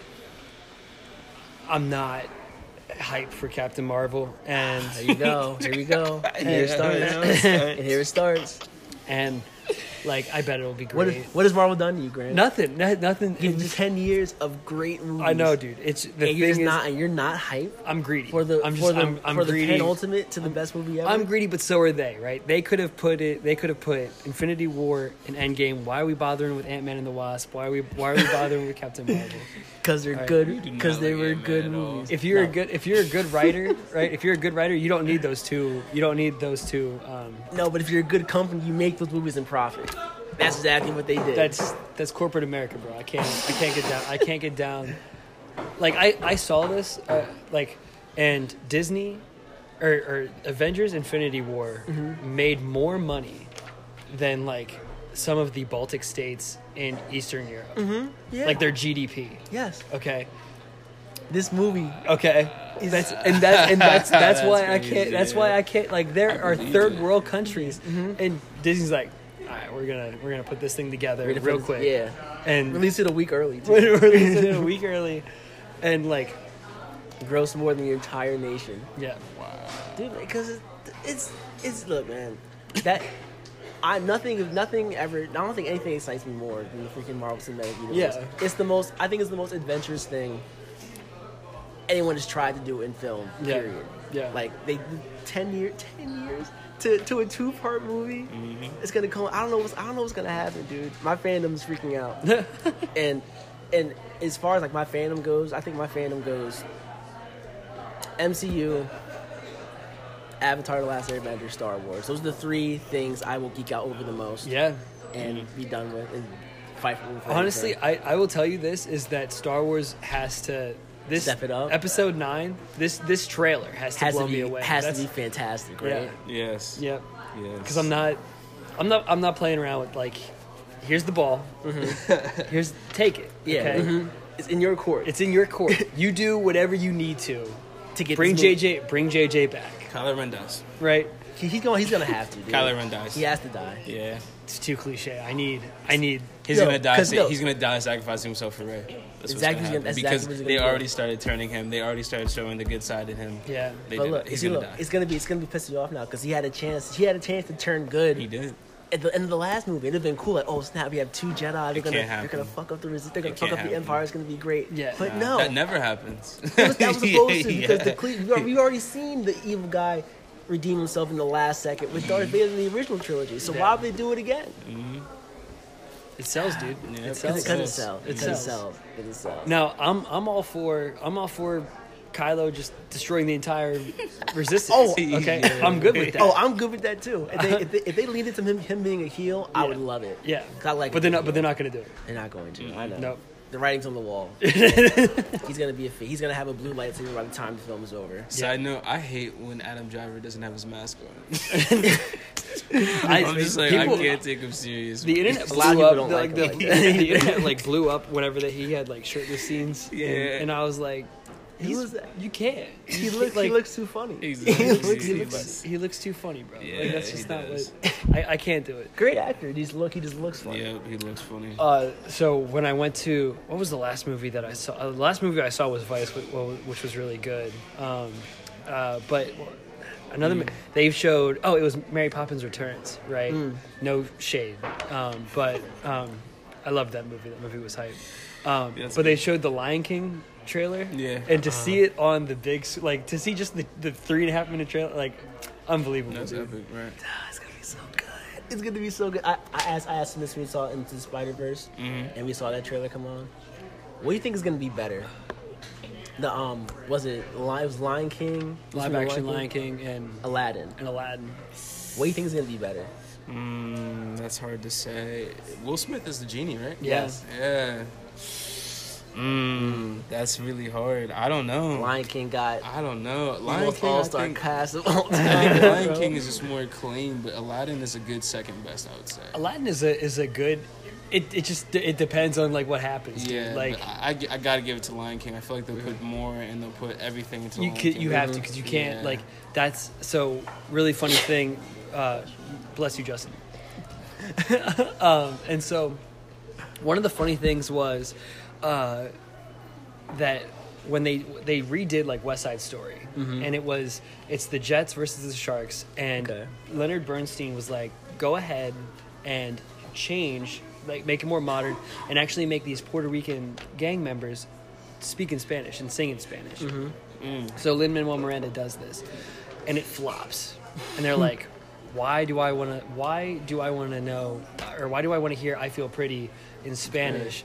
I'm not hype for Captain Marvel, and
There you go. Here
[LAUGHS]
we go. And here it starts. [LAUGHS] and here it starts.
and like I bet it'll be
What,
great.
if, what has Marvel done to you, Grant?
nothing, no, nothing. it
Give you
just-
ten years of great movies.
I know, dude. It's the
and
thing
you're
is,
just not, and you're not hyped
I'm greedy.
for the
I'm just,
for the
I'm, I'm
for the
greedy.
penultimate to the best movie ever.
I'm greedy, but so are they, right? They could have put it. They could have put Infinity War and Endgame. Why are we bothering with Ant Man and the Wasp? Why are we Why are we bothering with Captain Marvel?
because they're
Alright.
good
You do not
because they
like
were
Ant-Man
good
at all.
movies.
if you're a
No.
good if you're a good writer right if you're a good writer you don't need those two you don't need those two um,
no, but if you're a good company, you make those movies and profit. That's exactly what they did.
that's that's corporate america bro i can't i can't get down i can't get down like i i saw this uh, like and disney or, or avengers infinity war made more money than like some of the baltic states in eastern europe
yeah.
like their gdp
yes.
okay
This movie
Okay. [LAUGHS] That's and that's and that's that's, why
That's
I can't.
crazy,
That's
yeah.
why I Mm-hmm. can't. Like there
I
are
believe
third
it.
world countries, and Disney's like, all right, we're gonna we're gonna put this thing together
We're gonna
real
put
quick.
this-
and release,
released it a week
[LAUGHS]
early. Too.
release it a week early, and like
Gross more than your entire nation,
[LAUGHS] yeah,
dude. Because it, it's it's look, man. That [LAUGHS] I nothing nothing ever. I don't think anything excites me more than the freaking Marvel Cinematic Universe.
Yeah.
It's the most. I think it's the most adventurous thing anyone has tried to do in film.
Yeah.
Period.
Yeah.
Like they did ten year ten years to, to a two part movie. It's gonna come. I don't know. What's, I don't know what's gonna happen, dude. My fandom's freaking out. and and as far as like my fandom goes, I think my fandom goes MCU, Avatar: The Last Airbender, Star Wars. Those are the three things I will geek out over the most.
yeah. Mm-hmm.
And be done with and fight for. for
Honestly,
everything.
I I will tell you this is that Star Wars has to this
Step it up.
Episode nine. This this trailer has to
has
blow
to be
me away.
has
That's-
to be fantastic, right?
Yeah.
Yes.
Yep.
Yes.
because I'm not, I'm not, I'm not playing around with like, here's the ball, [LAUGHS]
Mm-hmm.
here's take it.
Yeah,
okay?
mhm. it's in your court.
it's in your court. You do whatever you need to.
to get
Bring
this movie-
JJ, bring JJ back,
Kylo Ren dies.
right?
He, he's going. He's gonna have to. Dude.
Kylo Ren dies.
He has to die.
Yeah.
It's too cliche. I need, I need.
He's
Yo,
gonna die.
'cause
Sa-
no.
He's gonna die sacrificing himself for Ray. That's what's
Exactly, he's
gonna
gonna-
happen.
that's exactly
because
what he's
they
gonna do.
already started turning him. They already started showing the good side in him.
Yeah.
They
But
did
look,
it. He's
see,
gonna
look,
die.
it's gonna be it's gonna be pissing you off now because he had a chance. He had a chance to turn good
he did.
at the end of the last movie. It'd have been cool. Like, oh snap, we have two Jedi. They're gonna
can't
they're gonna
happen.
fuck up the resistance. They're gonna
It
fuck
can't
up the
happen.
Empire. It's gonna be great.
Yeah.
but
Nah,
no,
That never happens.
that was, that was supposed
[LAUGHS]
to
Yeah.
because the Cle- we al- we already seen the evil guy redeem himself in the last second with Darth Vader in the original trilogy. So
Yeah.
why would they do it again?
It sells, dude.
Yeah.
It
It's
sells.
gonna
sell.
It
It's gonna
sells.
sell. It's gonna sell.
Now I'm I'm all for I'm all for Kylo just destroying the entire resistance.
Oh,
okay, I'm good with that.
Oh, I'm good with that too. If they, if they, if they lead into him, him being a heel, I
Yeah.
would love it.
yeah,
I like
but
it.
they're not. But they're not gonna
[LAUGHS]
do it.
They're not going to. I know.
No.
The writing's on the
[LAUGHS]
wall. he's gonna be a. fa- He's gonna have a blue lightsaber by the time the film is over.
Side note: I hate when Adam Driver doesn't have his mask on.
I,
I'm just like
people-
I can't take him serious.
The internet
A
blew
lot of people
up.
don't
the,
like
like
him
the, [LAUGHS]
like
the
[LAUGHS]
internet like blew up whenever that he had like shirtless scenes.
Yeah.
and, and I was like,
He
he's-
was-
you can't.
He
You
looks.
can't,
he looks too funny.
Exactly.
[LAUGHS] He looks.
He
He
looks,
looks
he looks too funny, bro. like
Yeah,
that's
he
just not
does.
what I, I can't do it.
great actor. He's look. He just looks funny.
yeah, he looks funny.
Uh, so when I went to what was the last movie that I saw? Uh, the last movie I saw was Vice, wh- well, which was really good. Um, uh, but another
Hmm.
ma- they've showed oh it was Mary Poppins Returns, right?
Hmm.
No shade, um, but um, I loved that movie. That movie was hype. Um,
Yeah,
but
that's
they
good.
showed the Lion King trailer,
Yeah. Uh-huh.
and to see it on the big s- like to see just the, the three and a half minute trailer, like unbelievable.
That's
dude.
epic, right?
Ah, it's gonna be so good. It's gonna be so good. I, I asked. I asked him this when we saw Into the Spider Verse,
Mm-hmm.
and we saw that trailer come on. What do you think is gonna be better? The um, was it? Li- It was Lion King.
Live
Lion
action Lion King and
Aladdin.
and Aladdin.
What do you think is gonna be better?
Mm, that's hard to say. Will Smith is the genie, right?
Yes.
Yeah. Mm, that's really hard. I don't know.
Lion King got
I don't know.
the
Lion
most
King, I
all
[LAUGHS]
star
think-
cast of all
I
time.
think Lion King is just more acclaimed, but Aladdin is a good second best, I would say.
Aladdin is a is a good. It it just it depends on like what happens. dude.
Yeah,
like
like I, I, I gotta give it to Lion King. I feel like they'll put more and they'll put everything into.
you
Lion
could
King.
you have to because you can't
Mm-hmm. Yeah.
like that's so really funny thing. Uh, bless you, Justin. [LAUGHS] um, and so one of the funny things was uh, that when they they redid like West Side Story, and it was it's the Jets versus the Sharks, and
Okay.
Leonard Bernstein was like, go ahead and change, like make it more modern, and actually make these Puerto Rican gang members speak in Spanish and sing in Spanish. So Lin Manuel Miranda does this, and it flops, and they're like, "Why do I want to? Why do I want to know, or why do I want to hear I feel pretty in Spanish?"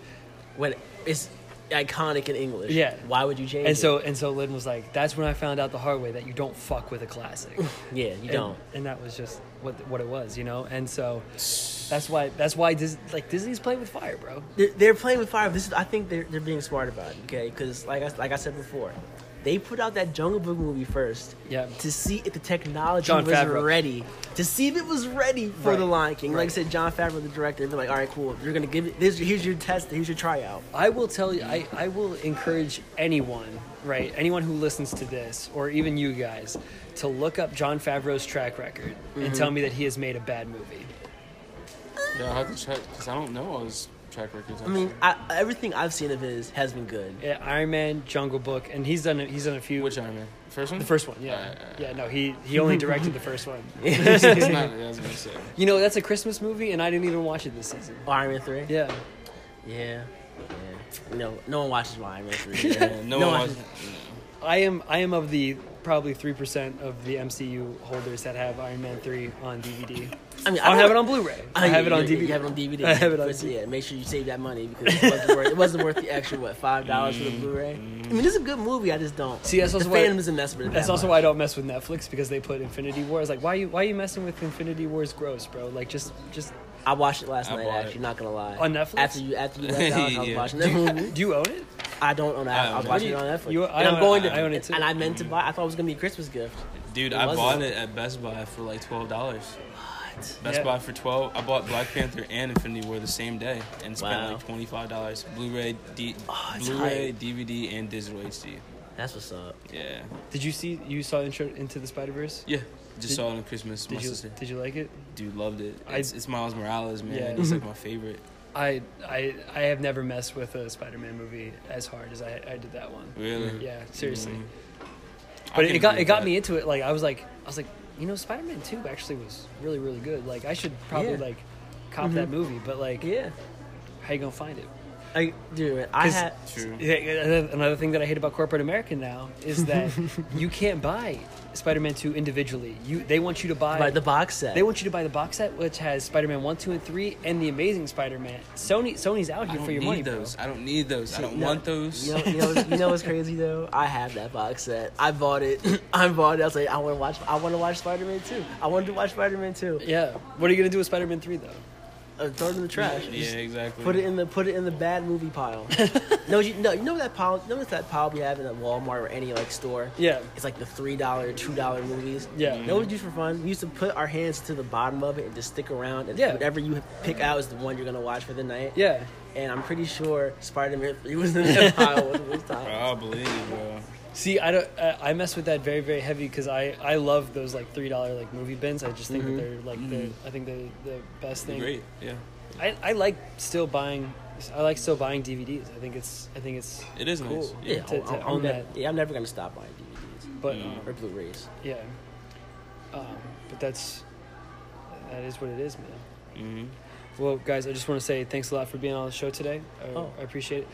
when it's iconic in English.
Yeah.
Why would you change?
And
it?
so and so Lin was like, "That's when I found out the hard way that you don't fuck with a classic."
yeah, you
And-
don't.
And that was just what what it was, you know. And so that's why that's why Dis, like Disney's playing with fire, bro.
They're, they're playing with fire. This is, I think they're, they're being smart about it, okay? Because like I, like I said before, they put out that Jungle Book movie first
Yeah.
to see if the technology
Jon
was
Favreau.
ready. To see if it was ready for
Right.
The Lion King. Like I
Right.
said, John Favreau, the director, they're like, all right, cool. You're going to give it, this, here's your test, here's your tryout.
I will tell you, I, I will encourage anyone, right, anyone who listens to this, or even you guys, to look up John Favreau's track record
Mm-hmm.
and tell me that he has made a bad movie.
Yeah, I have to check because I don't know all his track records.
I mean, I, everything I've seen of his has been good.
Yeah, Iron Man, Jungle Book, and he's done a, he's done a few.
uh,
which Iron Man? First one.
the first one, yeah,
Alright, alright.
yeah. No, he he only directed the first
[LAUGHS]
one.
[LAUGHS] It's not. Yeah, I was gonna say.
You know, that's a Christmas movie, and I didn't even watch it this season.
Iron Man 3?
Yeah,
Yeah. yeah. No, no one watches Iron Man
[LAUGHS]
3.
Yeah, no, one watches.
I am I am of the probably three percent of the MCU holders that have Iron Man three on DVD.
I mean,
I don't have it
on.
on Blu-ray. I have it on
You
DVD.
have it on DVD.
I have it on
But,
DVD.
Yeah, make sure you save that money because it wasn't worth, it wasn't worth the extra what five dollars for the Blu-ray. I mean, it's a good movie. I just don't
Mm. See, that's also
the
why-
fandom isn't messing with it.
That's
that
also why I
much.
don't mess with Netflix because they put Infinity War. I was like, why are you why are you messing with Infinity War's gross, bro? Like just just
I watched it last
I
night.
bought
Actually,
it.
not gonna lie.
On Netflix?
After you after you left out,
[LAUGHS]
I was
Yeah.
watching that movie.
do you own it?
I don't own it.
[LAUGHS]
I,
I
I was
own it.
watching it on Netflix.
You- I
and
own
I'm
it.
going
I
to
own it too.
And I meant to buy. I thought it was gonna be a Christmas gift.
Dude,
It
I
wasn't.
bought it at Best Buy for like twelve dollars. Best
Yeah.
Buy for twelve. I bought Black Panther and Infinity War the same day and spent
Wow.
like twenty five dollars. Blu-ray, D-
Oh, it's
Blu-ray,
hype.
DVD, and digital HD.
That's what's up.
Yeah,
Did you see you saw Intro into the Spider Verse?
yeah. Just
Did-
saw it on Christmas. My
Did you
sister,
did you like it?
dude, loved it.
I-
It's, it's Miles Morales, man.
Yeah.
He's
Mm-hmm.
like my favorite.
I I I have never messed with a Spider Man movie as hard as I, I did that one.
Really?
Yeah, seriously.
Mhm. Mm. I
But
can
it got
agree
it got
with
me
that.
into it. Like I was like I was like, you know, Spider Man two actually was really, really good. Like I should probably
Yeah. Mm-hmm.
like cop that movie, but like
Yeah.
how you gonna find it?
Like, dude, I
'Cause-
had.
True.
Yeah, another- Another thing that I hate about corporate America now is
[LAUGHS]
that you can't buy Spider-Man 2 individually. You they want you to buy
Like the box set.
They want you to buy the box set, which has Spider-Man one, two, and three, and the Amazing Spider-Man. Sony, Sony's out
I
here
don't
for your
need
money, bro.
those. I don't need those. I don't
No,
want those.
You know, you, know, you know [LAUGHS] what's crazy though? I have that box set. I bought it. [LAUGHS] I bought it. I was like, I want to watch. I want to watch Spider Man Two. I wanted to watch Spider Man Two.
Yeah. What are you gonna do with Spider-Man three though?
Uh, throw it in the trash.
yeah,
Just
exactly.
Put it in the put it in the bad movie pile. [LAUGHS] no, you no, you know that pile. Notice that pile we have in a Walmart or any like store.
Yeah.
It's like the three dollar, two dollar movies.
Yeah.
You know what we do for fun? We used to put our hands to the bottom of it and just stick around. And
Yeah.
whatever you pick out is the one you're gonna watch for the night.
Yeah.
And I'm pretty sure Spider Man Three was [LAUGHS] in that pile when we stopped.
Probably, bro.
See, I don't. Uh, I mess with that very, very heavy because I, I love those like three dollar like movie bins. I just think that they're like the I think the the best thing.
Mm-hmm. Mm. Great. Yeah.
I, I like still buying. I like still buying DVDs. I think it's I think it's
It is
cool.
nice.
Yeah,
Yeah.
to-
I'm-
to
I'm,
own
never,
that.
yeah, I'm never gonna stop buying DVDs
But
Mm.
or Blu-rays.
yeah, um, but that's that is what it is, man.
hmm
Well, guys, I just want to say thanks a lot for being on the show today. I,
Oh.
I appreciate it.